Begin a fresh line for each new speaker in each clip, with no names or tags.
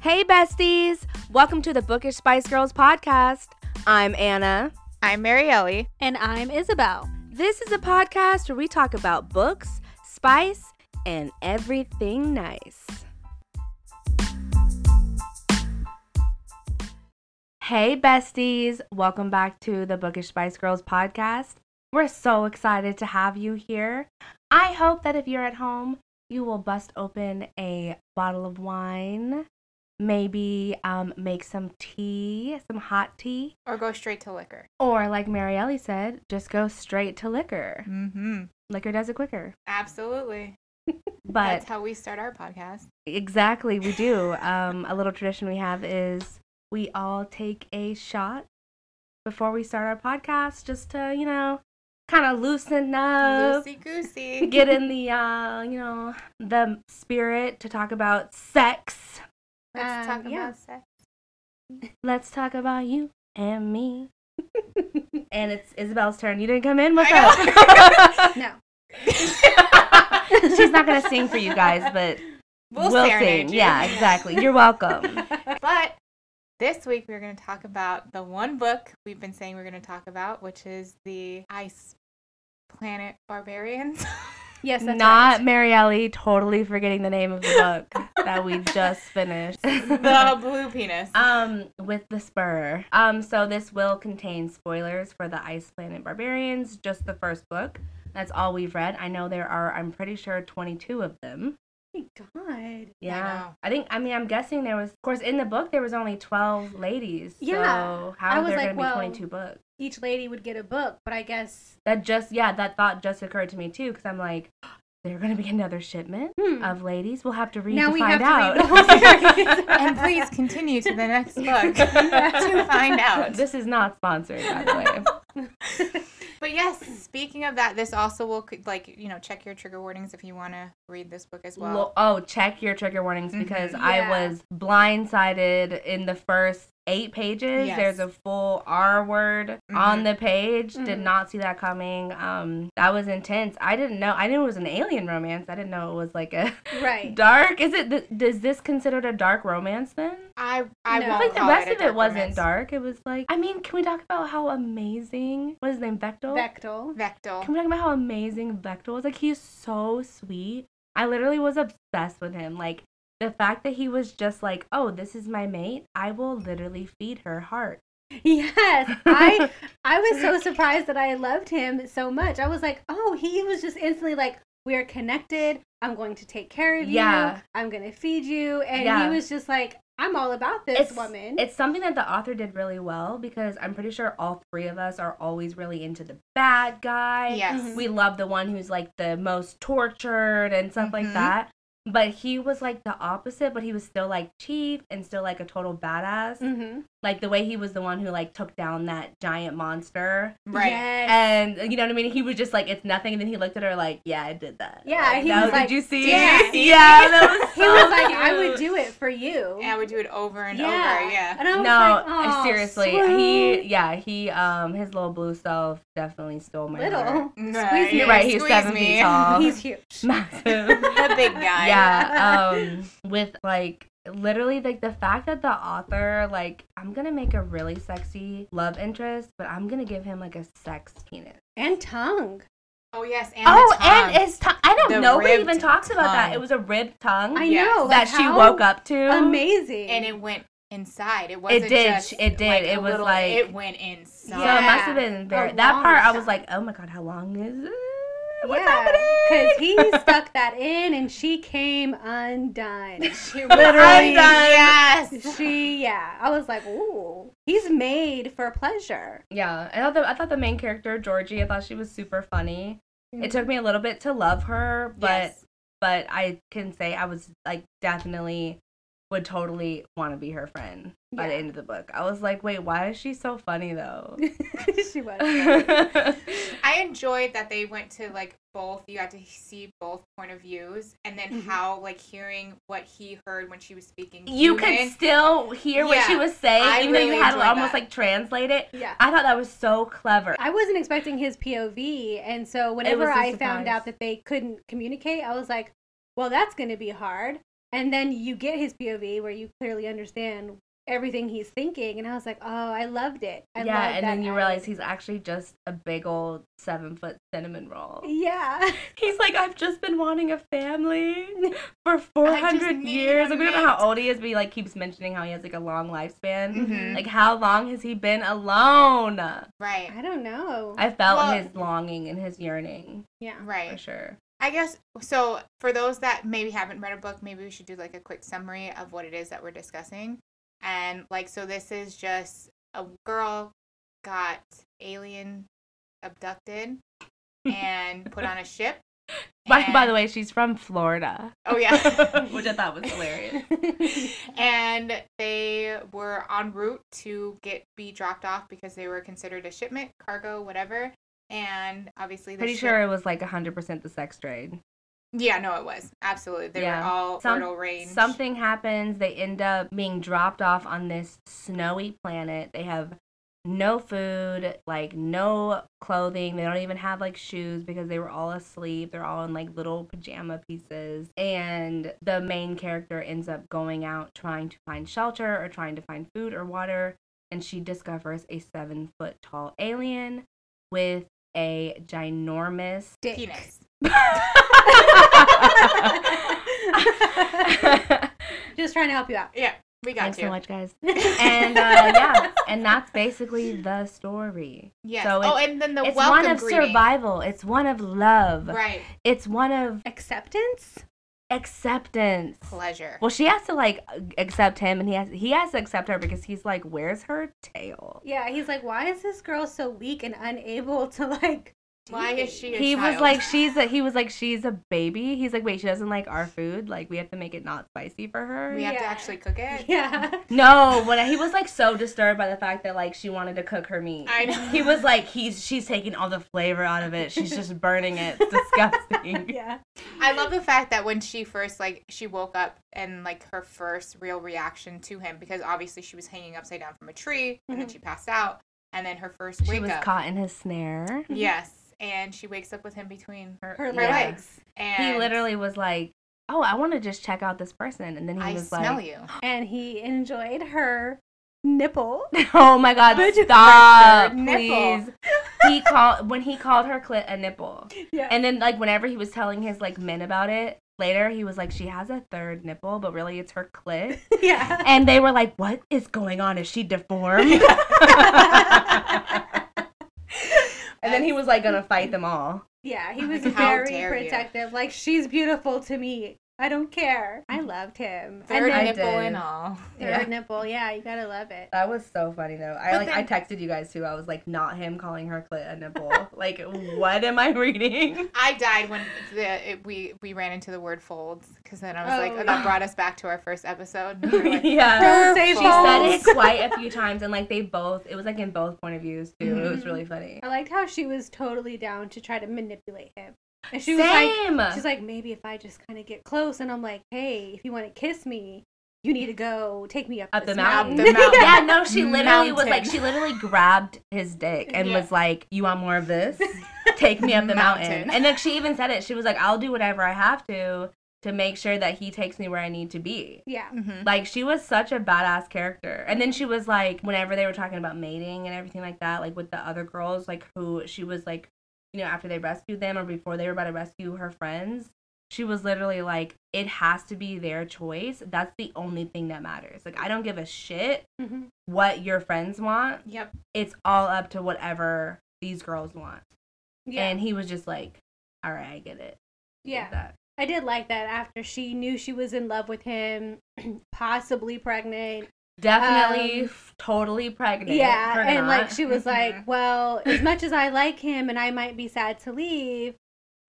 Hey, besties! Welcome to the Bookish Spice Girls podcast. I'm Anna.
I'm Marielli.
And I'm Isabel.
This is a podcast where we talk about books, spice, and everything nice. Hey, besties! Welcome back to the Bookish Spice Girls podcast. We're so excited to have you here. I hope that if you're at home, you will bust open a bottle of wine, maybe um, make some tea, some hot tea,
Or go straight to liquor.
or like Marielli said, just go straight to liquor.
Mm-hmm.
Liquor does it quicker.
Absolutely.
But
That's how we start our podcast.
Exactly, we do. Um, a little tradition we have is we all take a shot before we start our podcast, just to you know, kind of loosen up,
Loosey goosey.
Oh. get in the uh, you know, the spirit to talk about sex.
Let's
Um,
talk
yeah.
about sex.
Let's talk about you and me. and it's Isabel's turn. You didn't come in. What's
I
up?
No.
She's not gonna sing for you guys, but
We'll,
we'll
serenade
sing.
you.
Yeah, exactly. You're welcome.
but this week we're going to talk about the one book we've been saying we're going to talk about, which is the Ice Planet Barbarians.
Yes, that's
Not
right.
Marielli totally forgetting the name of the book that we just finished.
the blue penis.
um with the spur. Um so this will contain spoilers for the Ice Planet Barbarians, just the first book. That's all we've read. I know there are I'm pretty sure 22 of them.
God.
Yeah.
know.
I, think I mean I'm guessing there was of course in the book there was only 12 ladies.
Yeah.
So how
I
are
was
there
like,
going to
well-
be 22 books?
Each lady would get a book, but I guess
That just yeah, that thought just occurred to me too cuz I'm like they're going to be another shipment
hmm,
of ladies. We'll have to read
now
to
we have
find out.
to read the whole series.
and please continue to the next book to find out.
This is not sponsored, by the way.
But yes, speaking of that, this also will like you know check your trigger warnings if you want to read this book as well.
Lo- oh, check your trigger warnings because
Mhm.
I
Yeah.
was blindsided in the first eight pages.
Yes.
There's a full R word on
Mhm.
the page. Did
Mhm.
not see that coming. Um, that was intense. I didn't know. I knew it was an alien romance. I didn't know it was like a
right.
dark. Is it? Th- is this considered a dark romance then?
I I
I
won't
No.
feel like the
call
rest
a
of it wasn't
romance.
dark. It was like, I mean, can we talk about how amazing was his name? Bechtel.
Bechtel.
Vectel.
Can we talk about how amazing Bechtel was? Like he's so sweet. I literally was obsessed with him. Like the fact that he was just like, "Oh, this is my mate. I will literally feed her heart."
Yes. I I was so surprised that I loved him so much. I was like, oh, he was just instantly like, we're connected. I'm going to take care of you.
Yeah.
I'm going to feed you. And
Yeah.
he was just like, I'm all about this woman.
It's something that the author did really well because I'm pretty sure all three of us are always really into the bad guy.
Yes.
We love the one who's like the most tortured and stuff like
Mm-hmm.
Mhm.
that. But he was like the opposite, but he was still like chief and still like a total badass.
mm-hmm.
Like the way he was the one who like took down that giant monster.
Right.
Yes.
And uh, you know what I mean? He was just like, it's nothing. And then he looked at her like, yeah, I did that.
Yeah,
Like,
he
that
was like,
did you see?
"Did
you see?"
Yeah, that was
he
so
was like, I
cute.
would do it for you.
And I would do it over and over. Yeah.
And I was
No,
like, "Aw,
seriously,
swoon."
he, yeah, he, um, his little blue self definitely stole my heart.
little.
Mm. Right.
me.
You're right, he's
Squeeze
seven
me.
feet tall.
He's huge.
massive.
the big guy.
yeah, um, with like literally like the fact that the author like I'm gonna make a really sexy love interest, but I'm gonna give him like a sex penis.
And tongue.
Oh yes. And
oh,
the tongue.
and it's tongue. I
The
don't know. We
ribbed
even talks about that.
tongue.
It was a ribbed tongue
I
Yes.
know.
that
like,
she
how
woke up to.
Amazing.
and it went inside. It wasn't.
did.
Just,
It did.
like, a
It was
little-
like-
it went
So
inside.
it must have been very.
A
That
long
part, I was
time.
like, oh my god, how long is it? What's
Yeah,
happening?
Because he stuck that in and she came undone.
She
Literally.
Yes.
She, yeah. I was like, ooh, he's made for pleasure.
Yeah, I thought the I thought the main character Georgie. I thought she was super funny. It took me a little bit to love her, but
Yes.
but I can say I was like definitely would totally want to be her friend by the
Yeah.
end of the book. I was like, wait, why is she so funny though?
she was.
yeah,
I enjoyed that they went to like both. You got to see both point of views, and then
Mm-hmm.
Mhm.
how like hearing what he heard when she was speaking.
you could
human.
still hear what she
Yeah,
was saying,
I
even though
really
you had to
enjoyed
almost
that.
like translate it.
Yeah.
I thought that was so clever.
I wasn't expecting his POV. And so whenever
a
I
surprise.
found out that they couldn't communicate, I was like, well, that's going to be hard. And then you get his POV where you clearly understand everything he's thinking. And I was like, oh, I loved it. I
yeah,
loved
and
that
then you
added-
realize he's actually just a big old seven foot cinnamon roll.
Yeah.
He's like, I've just been wanting a family for 400
need
years.
a
Like, we don't know how
mate.
old he is, but he like keeps mentioning how he has like a long lifespan.
Mhm.
Like, how long has he been alone?
Right.
I don't know.
I felt
Well-
his longing and his yearning
yeah.
for
Right.
sure.
I guess so. For those that maybe haven't read a book, maybe we should do like a quick summary of what it is that we're discussing. And like, so this is just a girl got alien abducted and put on a ship.
By, by
and-
the way, she's from Florida,
oh yeah.
which I thought was hilarious.
and they were en route to get be dropped off because they were considered a shipment, cargo, whatever. And obviously, the
Pretty
ship-
sure it was like 100% the sex trade.
Yeah, no, it was absolutely. They were
Yeah.
all
Some-
fertile range.
Something happens. They end up being dropped off on this snowy planet. They have no food, like no clothing. They don't even have like shoes because they were all asleep. They're all in like little pajama pieces. And the main character ends up going out trying to find shelter or trying to find food or water. And she discovers a seven foot tall alien with a ginormous
Dick.
penis.
Just trying to help you out.
Yeah, we got
Thanks
you.
so much, guys. And uh, yeah, and that's basically the story.
Yes.
So
oh, and then the
it's
welcome
one of
greeting.
survival. It's one of love.
Right.
It's one of
Acceptance?
acceptance.
Pleasure.
Well, she has to like accept him, and he has he has to accept her because he's like, "Where's her tail?"
Yeah, he's like, why is this girl so weak and unable to like? do
Why is she?
things?"
A
He was
child?
like, "She's a." He was like, "She's a baby." He's like, "Wait, she doesn't like our food. Like, we have to make it not spicy for her."
We have to
Yeah.
actually cook it.
Yeah.
No, when he was like so disturbed by the fact that like she wanted to cook her meat.
I know.
He was like, he's she's taking all the flavor out of it. She's just burning it. It's disgusting.
Yeah.
I love the fact that when she first like she woke up and like her first real reaction to him because obviously she was hanging upside down from a tree and then she passed out and then her first
Mm-hmm. she
wake
was
up.
caught in his snare.
Yes, and she wakes up with him between her,
Her
her
Yeah.
legs. And
He literally was like, "Oh, I want to just check out this person," and then he
I
was
smell
like,
you.
And he enjoyed her nipple.
"Oh my God,
But you
stop,
first heard
please."
nipple.
he called when he called her clit a nipple,
Yeah.
and then like whenever he was telling his like men about it later, he was like, "She has a third nipple, but really it's her clit."
yeah.
And they were like, "What is going on? Is she deformed?" and then he was like gonna fight them all.
Yeah. He was
How
very
dare you.
protective. Like she's beautiful to me. I don't care. I loved him.
Third
I
and
nipple
did.
and all.
then,
yeah.
third nipple. Yeah, you gotta love it.
That was so funny though. I
But
like I
then-
texted you guys too. I was like, "Not him calling her clit a nipple." like, what am I reading?
I died when the, it, we we ran into the word folds because then I was
Oh,
like, oh,
yeah.
that brought us back to our first episode. And we were like,
yeah.
Don't
Her
say
fault.
She said
false.
it quite a few times, and like they both, it was like in both point of views too. It was really funny.
I liked how she was totally down to try to manipulate him. And she was like,
Same.
She's like, maybe if I just kind of get close, and I'm like, hey, if you want to kiss me, you need to go take me up,
up
this
the mountain.
Up the mountain.
yeah, no, she literally was
Mountain.
like, she literally grabbed his dick and
Yeah.
was like, "You want more of this? Take me up the mountain."
Mountain.
And then she even said it. She was like, "I'll do whatever I have to to make sure that he takes me where I need to be."
Yeah,
Mhm.
Like she was such a badass character. And then she was like, whenever they were talking about mating and everything like that, like with the other girls, like who she was like, you know, after they rescued them or before they were about to rescue her friends. She was literally like, it has to be their choice. That's the only thing that matters. Like, I don't give a shit
hmm
what your friends want.
Yep.
It's all up to whatever these girls want.
yeah,
And he was just like, all right, I get it.
yeah.
That.
I did like that after she knew she was in love with him, possibly pregnant.
Definitely,
Um,
f- totally pregnant.
yeah,
Her
and
not. Mm-hmm.
like she was like,
Mhm.
well, as much as I like him and I might be sad to leave,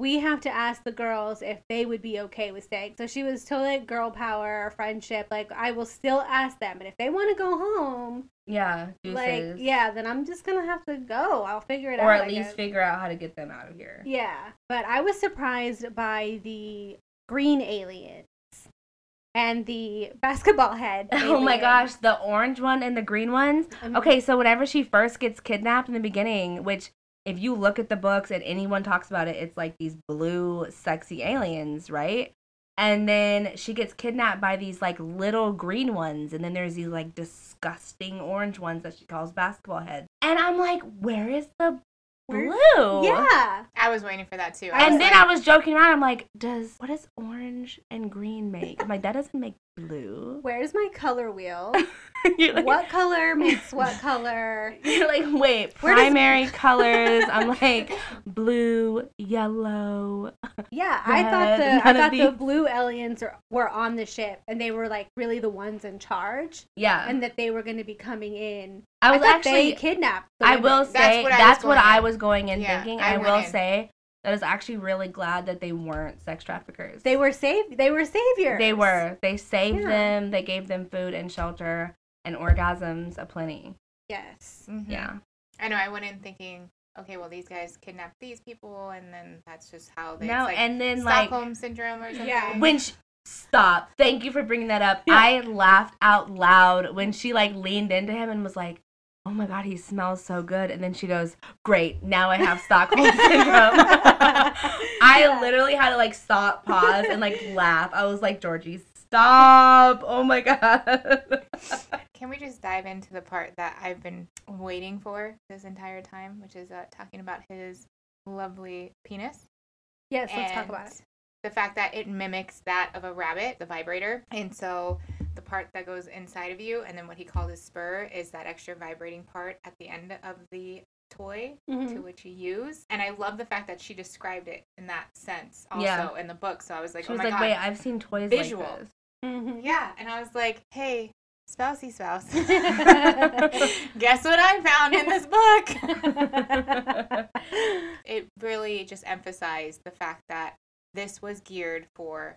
we have to ask the girls if they would be okay with staying. So she was totally girl power, friendship. Like I will still ask them, and if they want to go home,
yeah,
like
deuces.
yeah, then I'm just gonna have to go. I'll figure it out.
or at
I
least
guess.
figure out how to get them out of here.
Yeah, but I was surprised by the green aliens and the basketball head.
Oh my
alien.
gosh, the orange one and the green ones.
Um,
Okay, so whenever she first gets kidnapped in the beginning, which if you look at the books and anyone talks about it, it's like these blue, sexy aliens, right? And then she gets kidnapped by these like little green ones. And then there's these like disgusting orange ones that she calls basketball heads. And I'm like, where is the
Where-
blue?
Yeah.
I was waiting for that too. I
And
was
then
like,
I was joking around. I'm like, does what does orange and green make? I'm like, that doesn't make blue.
Where's my color wheel?
You're like,
what color makes what color?
You're like, wait,
Where does-
primary colors. I'm like, blue, yellow.
Yeah, I thought
Red,
the I
none of
thought the
these.
blue aliens are, were on the ship and they were like really the ones in charge
Yeah.
and that they were going to be coming in.
I was
thought
actually
they kidnapped. the
I
women.
will say that's what I, was, going
in.
in
Yeah,
thinking.
I
I,
went
will
in.
say that I was actually really glad that they weren't sex traffickers.
They were sav- They were saviors.
They were. They saved
Yeah.
them. They gave them food and shelter and orgasms aplenty.
Yes.
mhm.
Yeah.
I know. I went in thinking, okay, well, these guys kidnapped these people, and then that's just how they.
No,
it's like
and then like
Stockholm syndrome or something.
Yeah.
when she, stop. Thank you for bringing that up.
Yeah.
I laughed out loud when she like leaned into him and was like, "Oh my god, he smells so good." And then she goes, "Great, now I have Stockholm syndrome." I
Yeah.
literally had to like stop, pause, and like laugh. I was like, Georgie, stop! Oh my god.
Can we just dive into the part that I've been waiting for this entire time, which is uh, talking about his lovely penis?
Yes. Let's talk about
and
it.
The fact that it mimics that of a rabbit, the vibrator. And so the part that goes inside of you, and then what he called his spur, is that extra vibrating part at the end of the toy to
Mhm.
which you use. And I love the fact that she described it in that sense also
Yeah.
in the book. So I was like,
She
oh
was
my
like,
God.
"Wait, I've seen toys
Visual.
like this."
Mhm.
Yeah. And I was like, hey, spousey spouse, guess what I found in this book?
Mm-hmm.
it really just emphasized the fact that this was geared for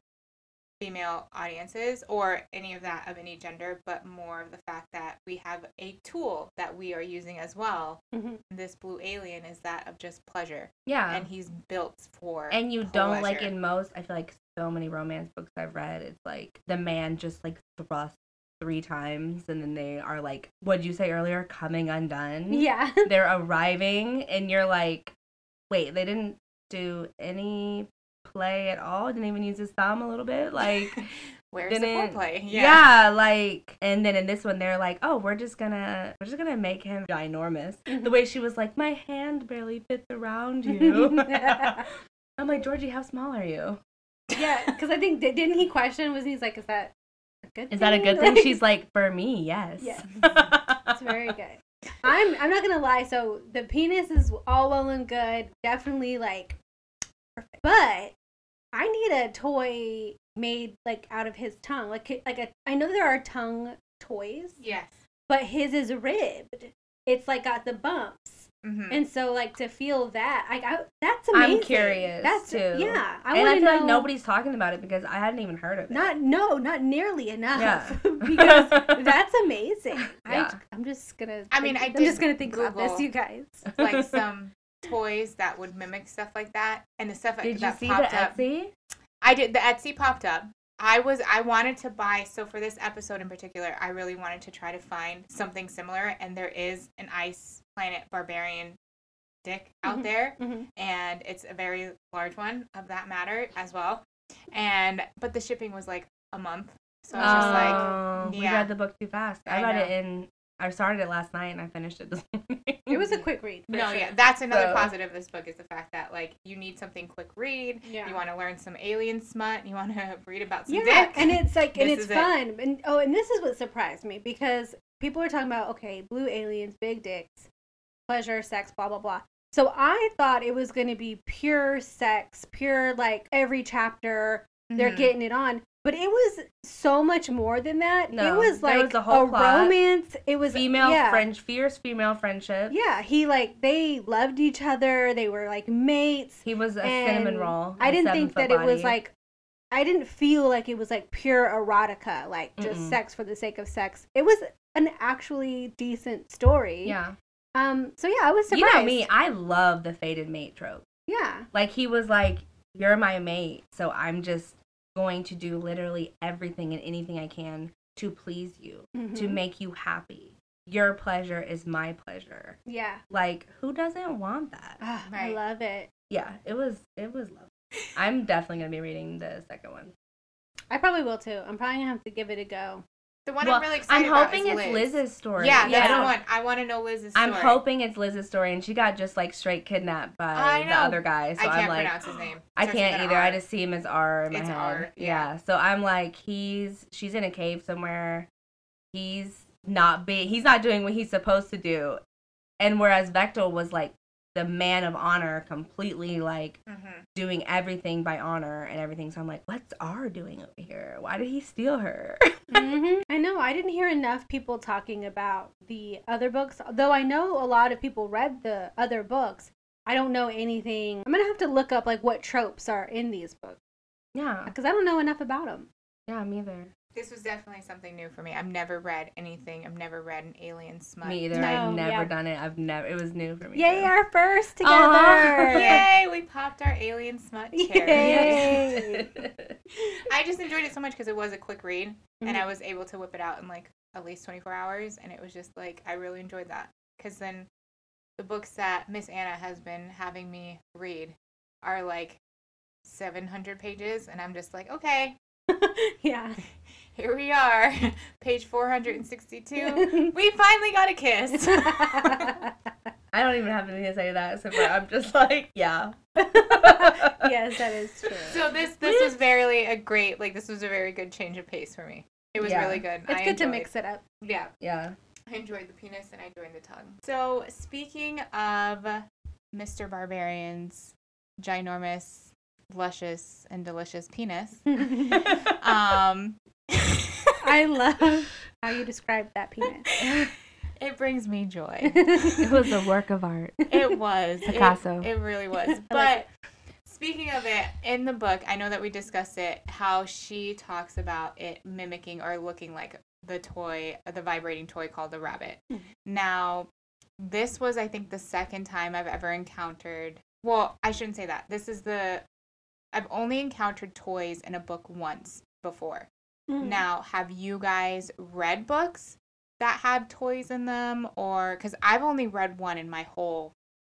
female audiences or any of that of any gender, but more of the fact that we have a tool that we are using as well.
Mm-hmm.
Mhm.
This blue alien is that of just pleasure,
Yeah,
and he's built for.
and you don't like
pleasure.
in most. I feel like so many romance books I've read, it's like the man just like thrusts three times, and then they are like, "What'd you say earlier? Coming undone."
Yeah.
They're arriving, and you're like, "Wait, they didn't do any." play at all didn't even use his thumb a little bit like
where's the
didn't-
foreplay?
Yeah. like and then in this one they're like, "Oh, we're just gonna we're just gonna make him ginormous." The way she was like, "My hand barely fits around you." I'm like, "Georgie, how small are you?"
Yeah, because I think di- didn't he question? Was he's like, is that a good?
Is that a good thing? She's like, "For me, yes."
Yes. It's very good. I'm I'm not gonna lie. So the penis is all well and good, definitely like perfect. But I need a toy made like out of his tongue. Like like a, I know there are tongue toys,
Yes.
but his is ribbed. It's like got the bumps,
hmm
and so like to feel that, like I, that's amazing.
curious,
That's
too.
yeah. I
and I
want to
feel
know.
like nobody's talking about it because I hadn't even heard of it.
Not no, not nearly enough.
Yeah.
because that's amazing.
Yeah.
I, I'm just gonna.
I mean,
think-
I
I'm
did
just gonna think about this,
Google-
you guys.
like some toys that would mimic stuff like that, and the stuff
Did you
that
see the
popped up.
Etsy?
I did the Etsy popped up. I was I wanted to buy so for this episode in particular, I really wanted to try to find something similar and there is an ice planet barbarian dick out
Mm-hmm.
Mhm.
there
Mhm.
and it's a very large one of that matter as well. And but the shipping was like a month. So I was just like
Oh, we
yeah.
read the book too fast. I,
I
read
know.
it in. I started it last night and I finished it this morning.
It was a quick read. for
no,
sure.
yeah, that's another
So-
positive of this book is the fact that like you need something quick read,
Yeah.
you want to learn some alien smut, you want to read about some
yeah,
dick.
and it's like, and
This
it's
is it.
fun, and oh, and this is what surprised me because people were talking about okay, blue aliens, big dicks, pleasure, sex, blah blah blah. So I thought it was going to be pure sex, pure like every chapter they're
Mhm.
getting it on. But it was so much more than that.
No,
it was
there
like
was a whole
a
plot.
romance. It was
female
yeah,
French, fierce female friendship.
Yeah, he like they loved each other. They were like mates.
He was a
and
cinnamon roll.
I
a
didn't think that
seven-foot
it was
body.
like I didn't feel like it was like pure erotica, like just
Mm-mm.
sex for the sake of sex. It was an actually decent story.
yeah.
Um so yeah, I was surprised.
You know me, I love the faded mate trope.
Yeah.
Like he was like, "You're my mate, so I'm just going to do literally everything and anything I can to please you, to
Mhm.
make you happy. Your pleasure is my pleasure."
Yeah.
Like who doesn't want that?
Ah, I
Right.
love it.
Yeah, it was it was love. I'm definitely gonna be reading the second one.
I probably will too. I'm probably gonna have to give it a go.
The one
Well,
I'm really excited
I'm
about
hoping
is
it's
Liz.
Liz's story.
Yeah,
I
that's
don't-
the one. I want to know Liz's story.
I'm hoping it's Liz's story, and she got just like straight kidnapped by
I
the
know.
other guy. So
I can't
am like,
pronounce his name.
I
Starts with
can't
an
either. I
R.
just see him as R in my
It's
head.
R,
yeah.
yeah.
So I'm like, he's she's in a cave somewhere. He's not being he's not doing what he's supposed to do. And whereas Vectel was like the man of honor, completely like
Mhm.
doing everything by honor and everything. So I'm like, what's R doing over here? Why did he steal her?
hmm I know. I didn't hear enough people talking about the other books, though I know a lot of people read the other books. I don't know anything. I'm gonna have to look up like what tropes are in these books
yeah.
because I don't know enough about them.
Yeah, me either.
This was definitely something new for me. I've never read anything. I've never read an alien smut.
Me either.
No,
I've never
yeah.
done it. I've never it was new for me.
Yay,
too.
our first together!
Uh-huh.
Aw.
Yay! We popped our alien smut chair.
Yes.
I just enjoyed it so much because it was a quick read, and
Mhm.
I was able to whip it out in like at least 24 hours, and it was just like I really enjoyed that. Because then the books that Miss Anna has been having me read are like 700 pages, and I'm just like, okay,
yeah.
here we are, page 462. We finally got a kiss.
I don't even have anything to say to that except for I'm just like, yeah.
yes, that is true.
so this this was very a great like this was a very good change of pace for me. It was
Yeah.
really good.
it's
I
good to
enjoyed-
mix it up.
Yeah.
Yeah.
I enjoyed the penis and I enjoyed the tongue. So speaking of Mr. Barbarian's ginormous, luscious, and delicious penis, um,
I love how you described that penis.
it brings me joy.
It was a work of art.
It was It-
Picasso.
It, really was. But speaking of it, in the book, I know that we discussed it. How she talks about it mimicking or looking like the toy, the vibrating toy called the rabbit.
Mhm.
Now, this was, I think, the second time I've ever encountered. Well, I shouldn't say that. This is the. I've only encountered toys in a book once before.
Mm.
Now, have you guys read books that have toys in them or cuz I've only read one in my whole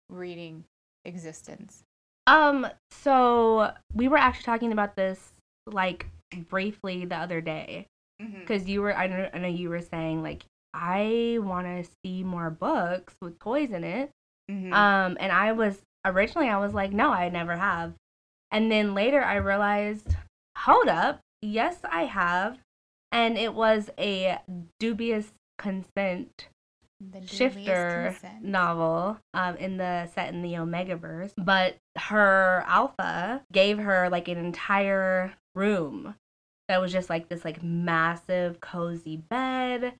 reading existence.
Um, so we were actually talking about this like briefly the other day
Mm-hmm,
because you were I know, I know you were saying like I want to see more books with toys in it.
Mhm.
Um, and I was originally I was like, no, I never have. And then later I realized, hold up, yes, I have. And it was a dubious consent
The dubious
shifter Mm.
consent.
novel um, in the set in the Omegaverse, but her alpha gave her like an entire room that was just like this like massive cozy bed,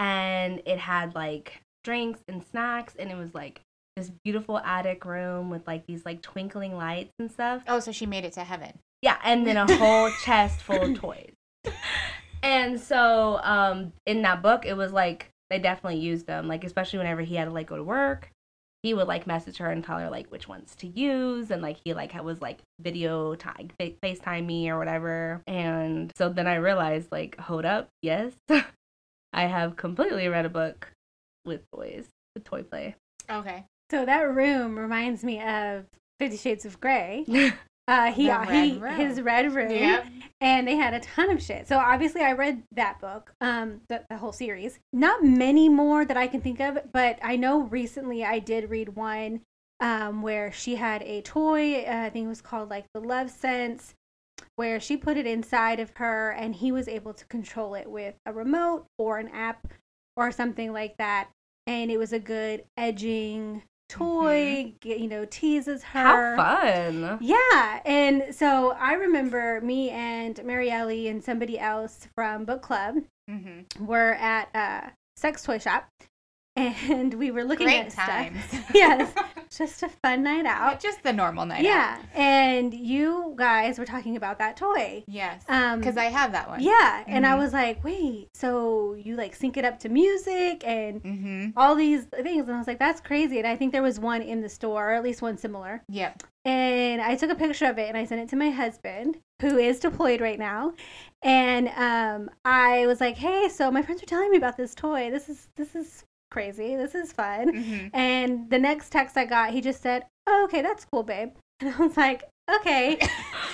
and it had like drinks and snacks, and it was like this beautiful attic room with like these like twinkling lights and stuff.
Oh, so she made it to heaven.
Yeah, and then a whole chest full of toys. And so um, in that book, it was like they definitely used them, like especially whenever he had to like go to work. He would like message her and tell her like which ones to use, and like he like had- was like video time, FaceTime me or whatever. And so then I realized like, hold up, yes, I have completely read a book with toys, with toy play.
Okay.
So that room reminds me of Fifty Shades of Grey.
yeah,
Uh, he,
The
uh,
Red
he
Room.
his red room, and they had a ton of shit. So obviously, I read that book, um, the, the whole series. Not many more that I can think of, but I know recently I did read one um, where she had a toy. Uh, I think it was called like the Love Sense, where she put it inside of her, and he was able to control it with a remote or an app or something like that. And it was a good edging toy. Get, you know, teases
how
her.
fun!
Yeah, and so I remember me and Mary Ellie and somebody else from book club
Mm-hmm.
were at a sex toy shop, and we were looking
Great
at
times.
stuff. Yes, just a fun night out.
Just the normal night. out.
yeah, and you guys were talking about that toy.
Yes.
Um,
Because I have that one.
yeah, and I
Mhm.
was like, wait, so you like sync it up to music and
Mm-hmm.
all these things, and I was like, that's crazy. And I think there was one in the store, or at least one similar.
Yep.
and I took a picture of it and I sent it to my husband, who is deployed right now. And um, I was like, "Hey, so my friends are telling me about this toy. This is this is crazy. This is fun."
Mm-hmm.
And the next text I got, he just said, oh, "Okay, that's cool, babe." And I was like, "Okay."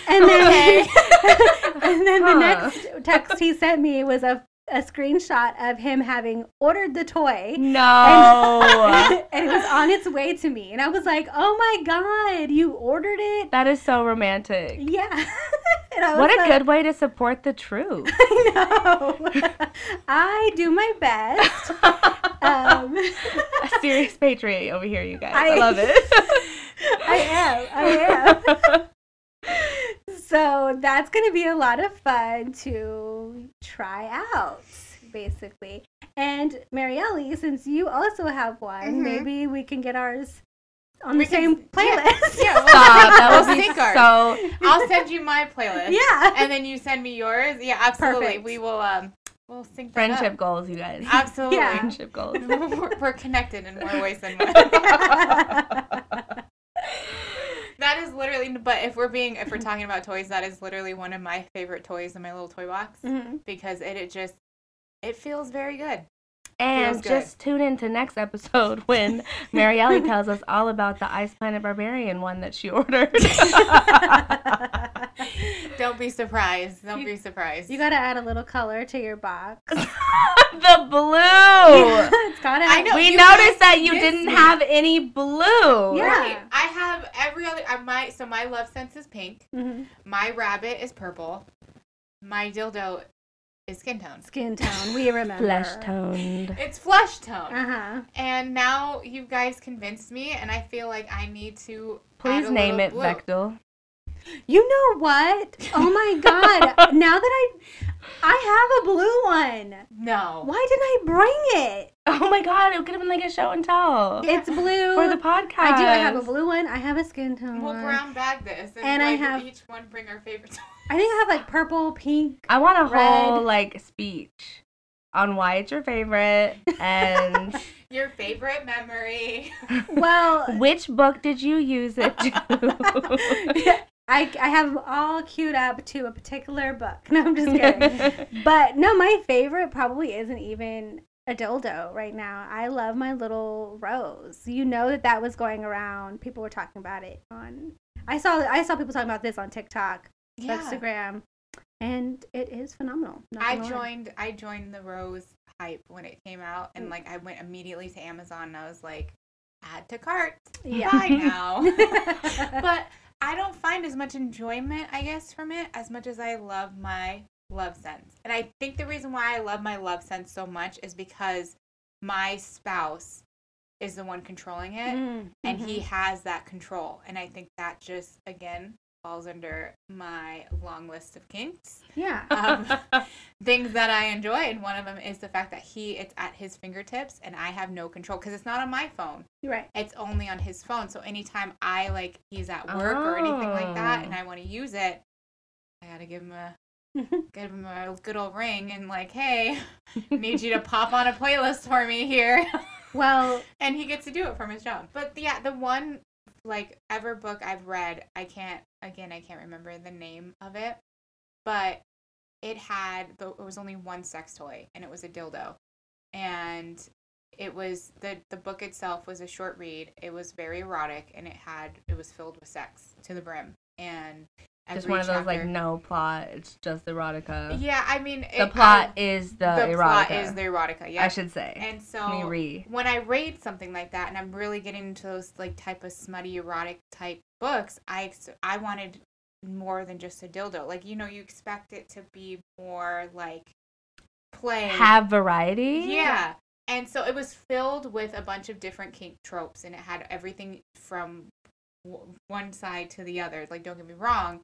And then,
Okay.
and then
Huh.
the next text he sent me was a, a screenshot of him having ordered the toy.
No.
and it was on its way to me. And I was like, oh my God, you ordered it?
that is so romantic.
Yeah. and I was
What a
like,
good way to support the truth.
I know. I do my best. Um,
a serious patriot over here, you guys. I,
I-
love it.
I am. I
am.
am. So that's going to be a lot of fun to try out, basically. And Marielle, since you also have one,
Mhm.
maybe we can get ours on
We
the
can-
same playlist.
yeah, well,
Stop. That would
We'll
be
sync ours.
so.
I'll send you my playlist.
yeah.
And then you send me yours. Yeah, absolutely.
Perfect.
We will um we'll sync that up.
Friendship goals, you guys.
Absolutely.
Yeah.
Friendship goals.
we're, we're connected in more ways than one. that is literally but if we're being if we're talking about toys, that is literally one of my favorite toys in my little toy box
Mhm.
because it, it just it feels very good.
And
good.
just tune in to next episode when Marielle tells us all about the Ice Planet Barbarian one that she ordered.
Don't be surprised. Don't be surprised.
Mm-hmm. you gotta add a little color to your box.
the blue.
it's gotta.
I know. No,
we
you
noticed
guys
that you
missed
didn't
me.
have any blue.
Yeah.
Right. I have every other I my so my love sense is pink.
Mhm.
My rabbit is purple. My dildo is skin tones.
Skin tone. We remember.
Flesh toned.
It's flesh tone.
Uh
Uh-huh.
huh.
And now you guys convinced me, and I feel like I need to add
Please
a
name
little
it
blue.
Vectel.
You know what? Oh my god! now that I, I have a blue one.
No.
Why didn't I bring it?
Oh my god, it could have been like a show and tell
It's blue.
for the podcast.
I do. I have a blue one. I have a skin tone.
We'll
one.
brown bag this, Mm. and,
And I
like,
have-
each one bring our favorite.
I think I have like purple, pink.
I want a whole
Red.
like speech on why it's your favorite and
Your favorite memory.
Well,
which book did you use it to?
I I have 'em all queued up to a particular book. No, I'm just kidding. But no, my favorite probably isn't even a dildo right now. I love my little rose. You know that that was going around. People were talking about it on. I saw I saw people talking about this on TikTok, Instagram, and it is phenomenal. Not
I
gonna lie.
joined. I joined the Rose hype when it came out, and like I went immediately to Amazon, and I was like, add to cart.
Yeah.
Buy now. but I don't find as much enjoyment, I guess, from it as much as I love my love sense. And I think the reason why I love my love sense so much is because my spouse is the one controlling it
Mm,
and
mhm.
he has that control. And I think that just, again, falls under my long list of kinks.
yeah.
Um, things that I enjoy, and one of them is the fact that he, it's at his fingertips and I have no control because it's not on my phone
You're right.
it's only on his phone. So anytime I like he's at work or anything like that, and
Oh.
I want to use it, I gotta give him a
Mhm.
give him a good old ring and like, hey, need you to pop on a playlist for me here,
Well,
and he gets to do it from his job. But yeah, the one like ever book I've read, I can't again, I can't remember the name of it, but it had the it was only one sex toy and it was a dildo, and it was the the book itself was a short read. It was very erotic and it had it was filled with sex to the brim and
just
every
one of those like
chapter-
no plot. It's just erotica.
yeah. I mean
the
it-
plot
I-
is the,
the
erotica.
plot is the erotica. Yeah,
I should say.
and so
Let me read.
when I read something like that and I'm really getting into those like type of smutty erotic type books, I ex- I wanted more than just a dildo. Like you know, you expect it to be more like play.
Have variety.
yeah. And so it was filled with a bunch of different kink tropes and it had everything from w- one side to the other. Like don't get me wrong,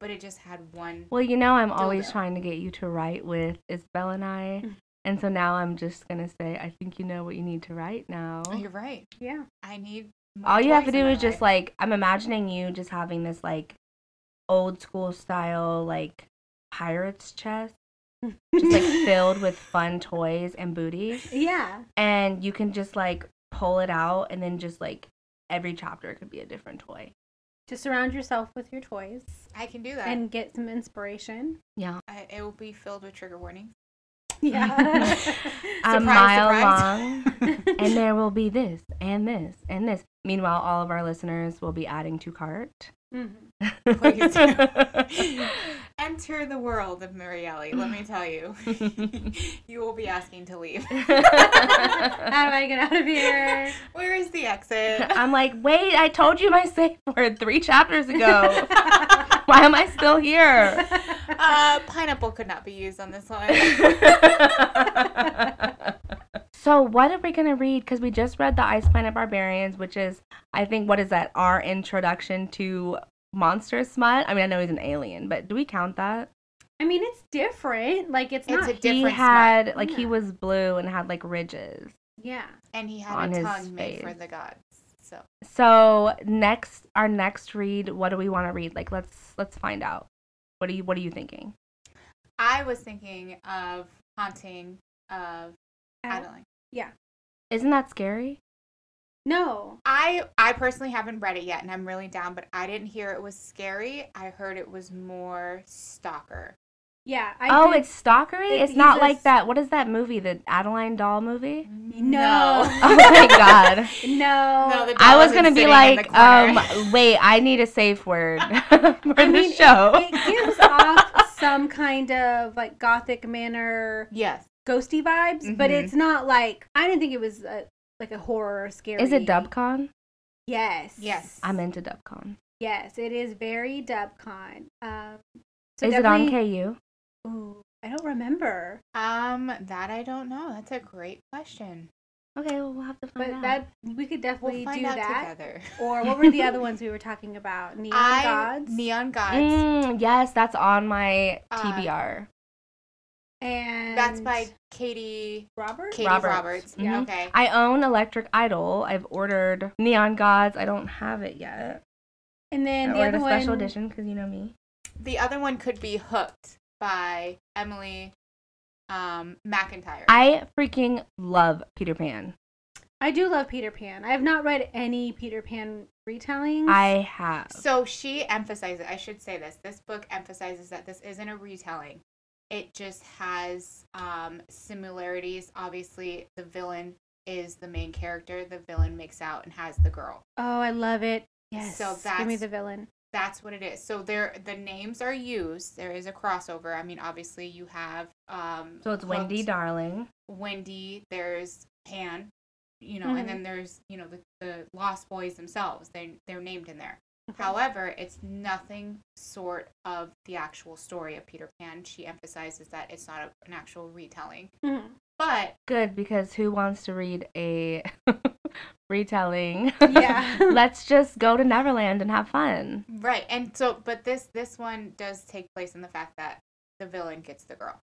but it just had one
Well, you know, I'm always
Dildo. Mm-hmm.
trying to get you to write with Isabel and I. And so now I'm just going to say, I think you know what you need to write now.
Oh, You're right.
yeah.
I need more
All you have to
toys in
do
my
is just
life.
like, I'm imagining you just having this like old school style, like pirate's chest, just like filled with fun toys and booty.
yeah.
And you can just like pull it out and then just like every chapter could be a different toy.
To surround yourself with your toys
I can do that.
and get some inspiration.
Yeah.
I, it will be filled with trigger warnings.
Yeah.
a
Surprise,
mile
surprise.
long.
Mm-hmm.
and there will be this and this and this. Meanwhile, all of our listeners will be adding to cart.
Mhm.
Please. Enter the world of Marielli, let me tell you. you will be asking to leave.
How do I get out of here?
Where is the exit?
I'm like, wait, I told you my safe word three chapters ago. Why am I still here?
uh, pineapple could not be used on this one.
so, what are we going to read? Because we just read The Ice Planet Barbarians, which is, I think, what is that? Our introduction to Monster Smut. I mean, I know he's an alien, but do we count that?
I mean, it's different. Like it's,
It's
not.
a di-
He
Different smut.
had, like, he
Yeah.
was blue and had, like, ridges.
yeah.
and he had
On
a
his
tongue made for
face.
the gods. So
So next, our next read. What do we want to read? Like, let's let's find out. What are you What are you thinking?
I was thinking of haunting of Adeline.
Isn't that scary?
No.
I I personally haven't read it yet, and I'm really down. But I didn't hear it was scary. I heard it was more stalker.
Yeah. I
oh,
did-
it's stalkery.
it-
it's
he's
not
a
like
s-
that. What is that movie? The Adeline Doll movie?
no.
Oh my god!
no.
No, the
I
doll
was
is
gonna be
sitting in
like,
the corner.
um, wait, I need a safe word for
I
the
mean, it-
show.
It, gives off some kind of like gothic manor,
yes,
ghosty vibes, but
Mhm.
it's not like I didn't think it was a, like a horror or scary.
is it DubCon?
Yes.
yes.
I'm into DubCon.
Yes, it is very DubCon. Um, so
is it on
definitely-
KU?
Ooh, I don't remember,
Um, that I don't know. That's a great question.
Okay, well, we'll have to
but
find out.
that we could
We'll
definitely
find
do
out
that.
together.
Or what were the other ones we were talking about? Neon
I
Gods
neon gods.
Mm, yes, that's on my
Uh,
TBR.
and Mm-hmm.
That's by Katie
Robert.
Katie
Roberts.
Roberts.
Mhm.
Okay.
I own Electric Idol. I've ordered Neon Gods. I don't have it yet.
And then
I
the
ordered
other
a special
one,
edition because you know me.
The other one could be Hooked by Emily um, McIntyre.
I freaking love Peter Pan.
I do love Peter Pan. I have not read any Peter Pan retellings.
I have.
so she emphasizes, I should say this, this book emphasizes that this isn't a retelling. It just has um, similarities. Obviously, the villain is the main character. The villain makes out and has the girl.
oh, I love it. Yes,
So
give me
that's-
the villain.
That's what it is. So there, the names are used. There is a crossover. I mean, obviously, you have. Um,
So it's Wendy
Hooked.
Darling.
Wendy, there's Pan, you know,
Mm-hmm.
Mhm.
and then there's, you know, the, the Lost Boys themselves. They they're named in there.
Okay.
However, it's nothing sort of the actual story of Peter Pan. She emphasizes that it's not a, an actual retelling.
Mhm.
But
Good, because who wants to read a retelling?
Yeah.
Let's just go to Neverland and have fun.
right, and so but this this one does take place in the fact that the villain gets the girl.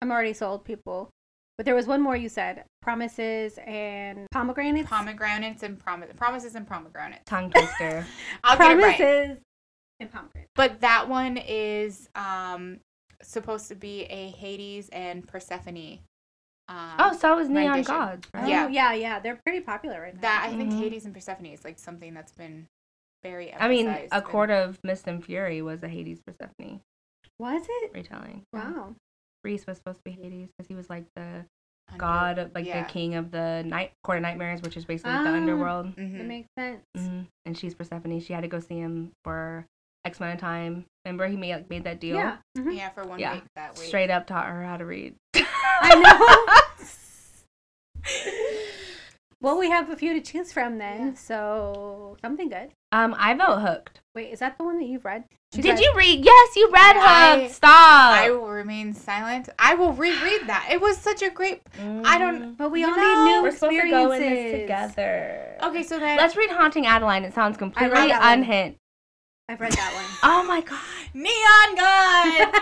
I'm already sold, people. But there was one more you said: promises and pomegranates.
Pomegranates and promise promises and pomegranate.
Tongue twister.
I'll get
promises
it right.
and pomegranates.
But that one is um supposed to be a Hades and Persephone. Um,
oh, so it was Neon
Rendition.
Gods, right?
Yeah.
Oh, yeah, yeah. They're pretty popular right now.
That I think
Mhm.
Hades and Persephone is like something that's been very.
I mean,
emphasized
A
and-
Court of Mist and Fury was a Hades Persephone
was it?
retelling.
Wow.
Reese was supposed to be Hades because he was like the
under-
god, of- like
yeah.
the king of the night court of nightmares, which is basically the
Ah.
underworld.
Mhm.
That makes sense.
hmm And she's Persephone. She had to go see him for X amount of time. Remember, he made like made that deal.
Yeah. Mhm.
Yeah, for one
Yeah.
week that week.
Straight up taught her how to read.
I Well, we have a few to choose from then,
Yeah.
so something good.
um, I vote hooked.
Wait, is that the one that you've read? She
Did
said-
you read? Yes, you read
I-
hooked. Stop.
I will remain silent. I will reread that. It was such a great. I don't-
But we
You
all
know,
need new
Mm-hmm. We're supposed to
experiences
go in this together.
Okay, so then
Let's read Haunting Adeline. It sounds completely
that one.
unhinged.
I've read that one.
Oh my god.
neon god.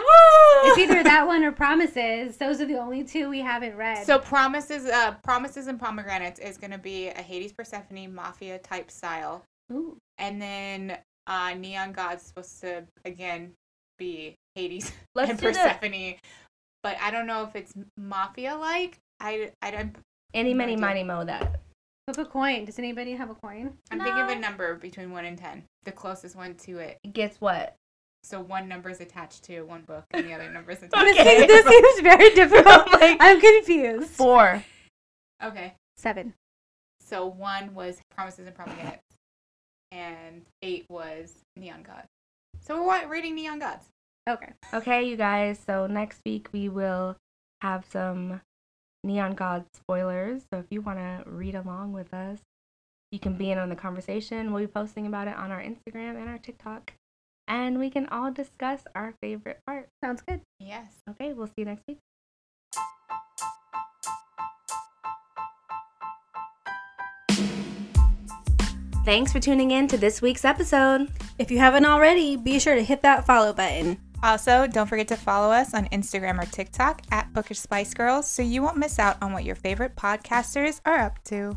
it's either that one or Promises. Those are the only two we haven't read.
So promises, uh, promises and pomegranates is going to be a Hades Persephone mafia type style,
Ooh.
and then uh, neon god's supposed to again be Hades
Let's
and
do the
Persephone, but I don't know if it's mafia like. I I don't.
any many
No
money mo that.
flip a coin. Does anybody have a coin?
I'm thinking of a
No.
number between one and ten, the closest one to it.
Guess what?
So one number is attached to one book, and the other number is attached.
Okay.
This, this seems very difficult.
Like-
I'm confused.
Four.
to Okay.
Seven.
So one was promises and propagates, and eight was neon gods. So we're wa- reading neon gods.
Okay.
Okay, you guys. So next week we will have some Neon God spoilers. So if you want to read along with us, you can be in on the conversation. We'll be posting about it on our Instagram and our TikTok. And we can all discuss our favorite part.
Sounds good.
Yes.
Okay, we'll see you next week. Thanks for tuning in to this week's episode.
If you haven't already, be sure to hit that follow button.
Also, don't forget to follow us on Instagram or TikTok at Bookish Spice Girls so you won't miss out on what your favorite podcasters are up to.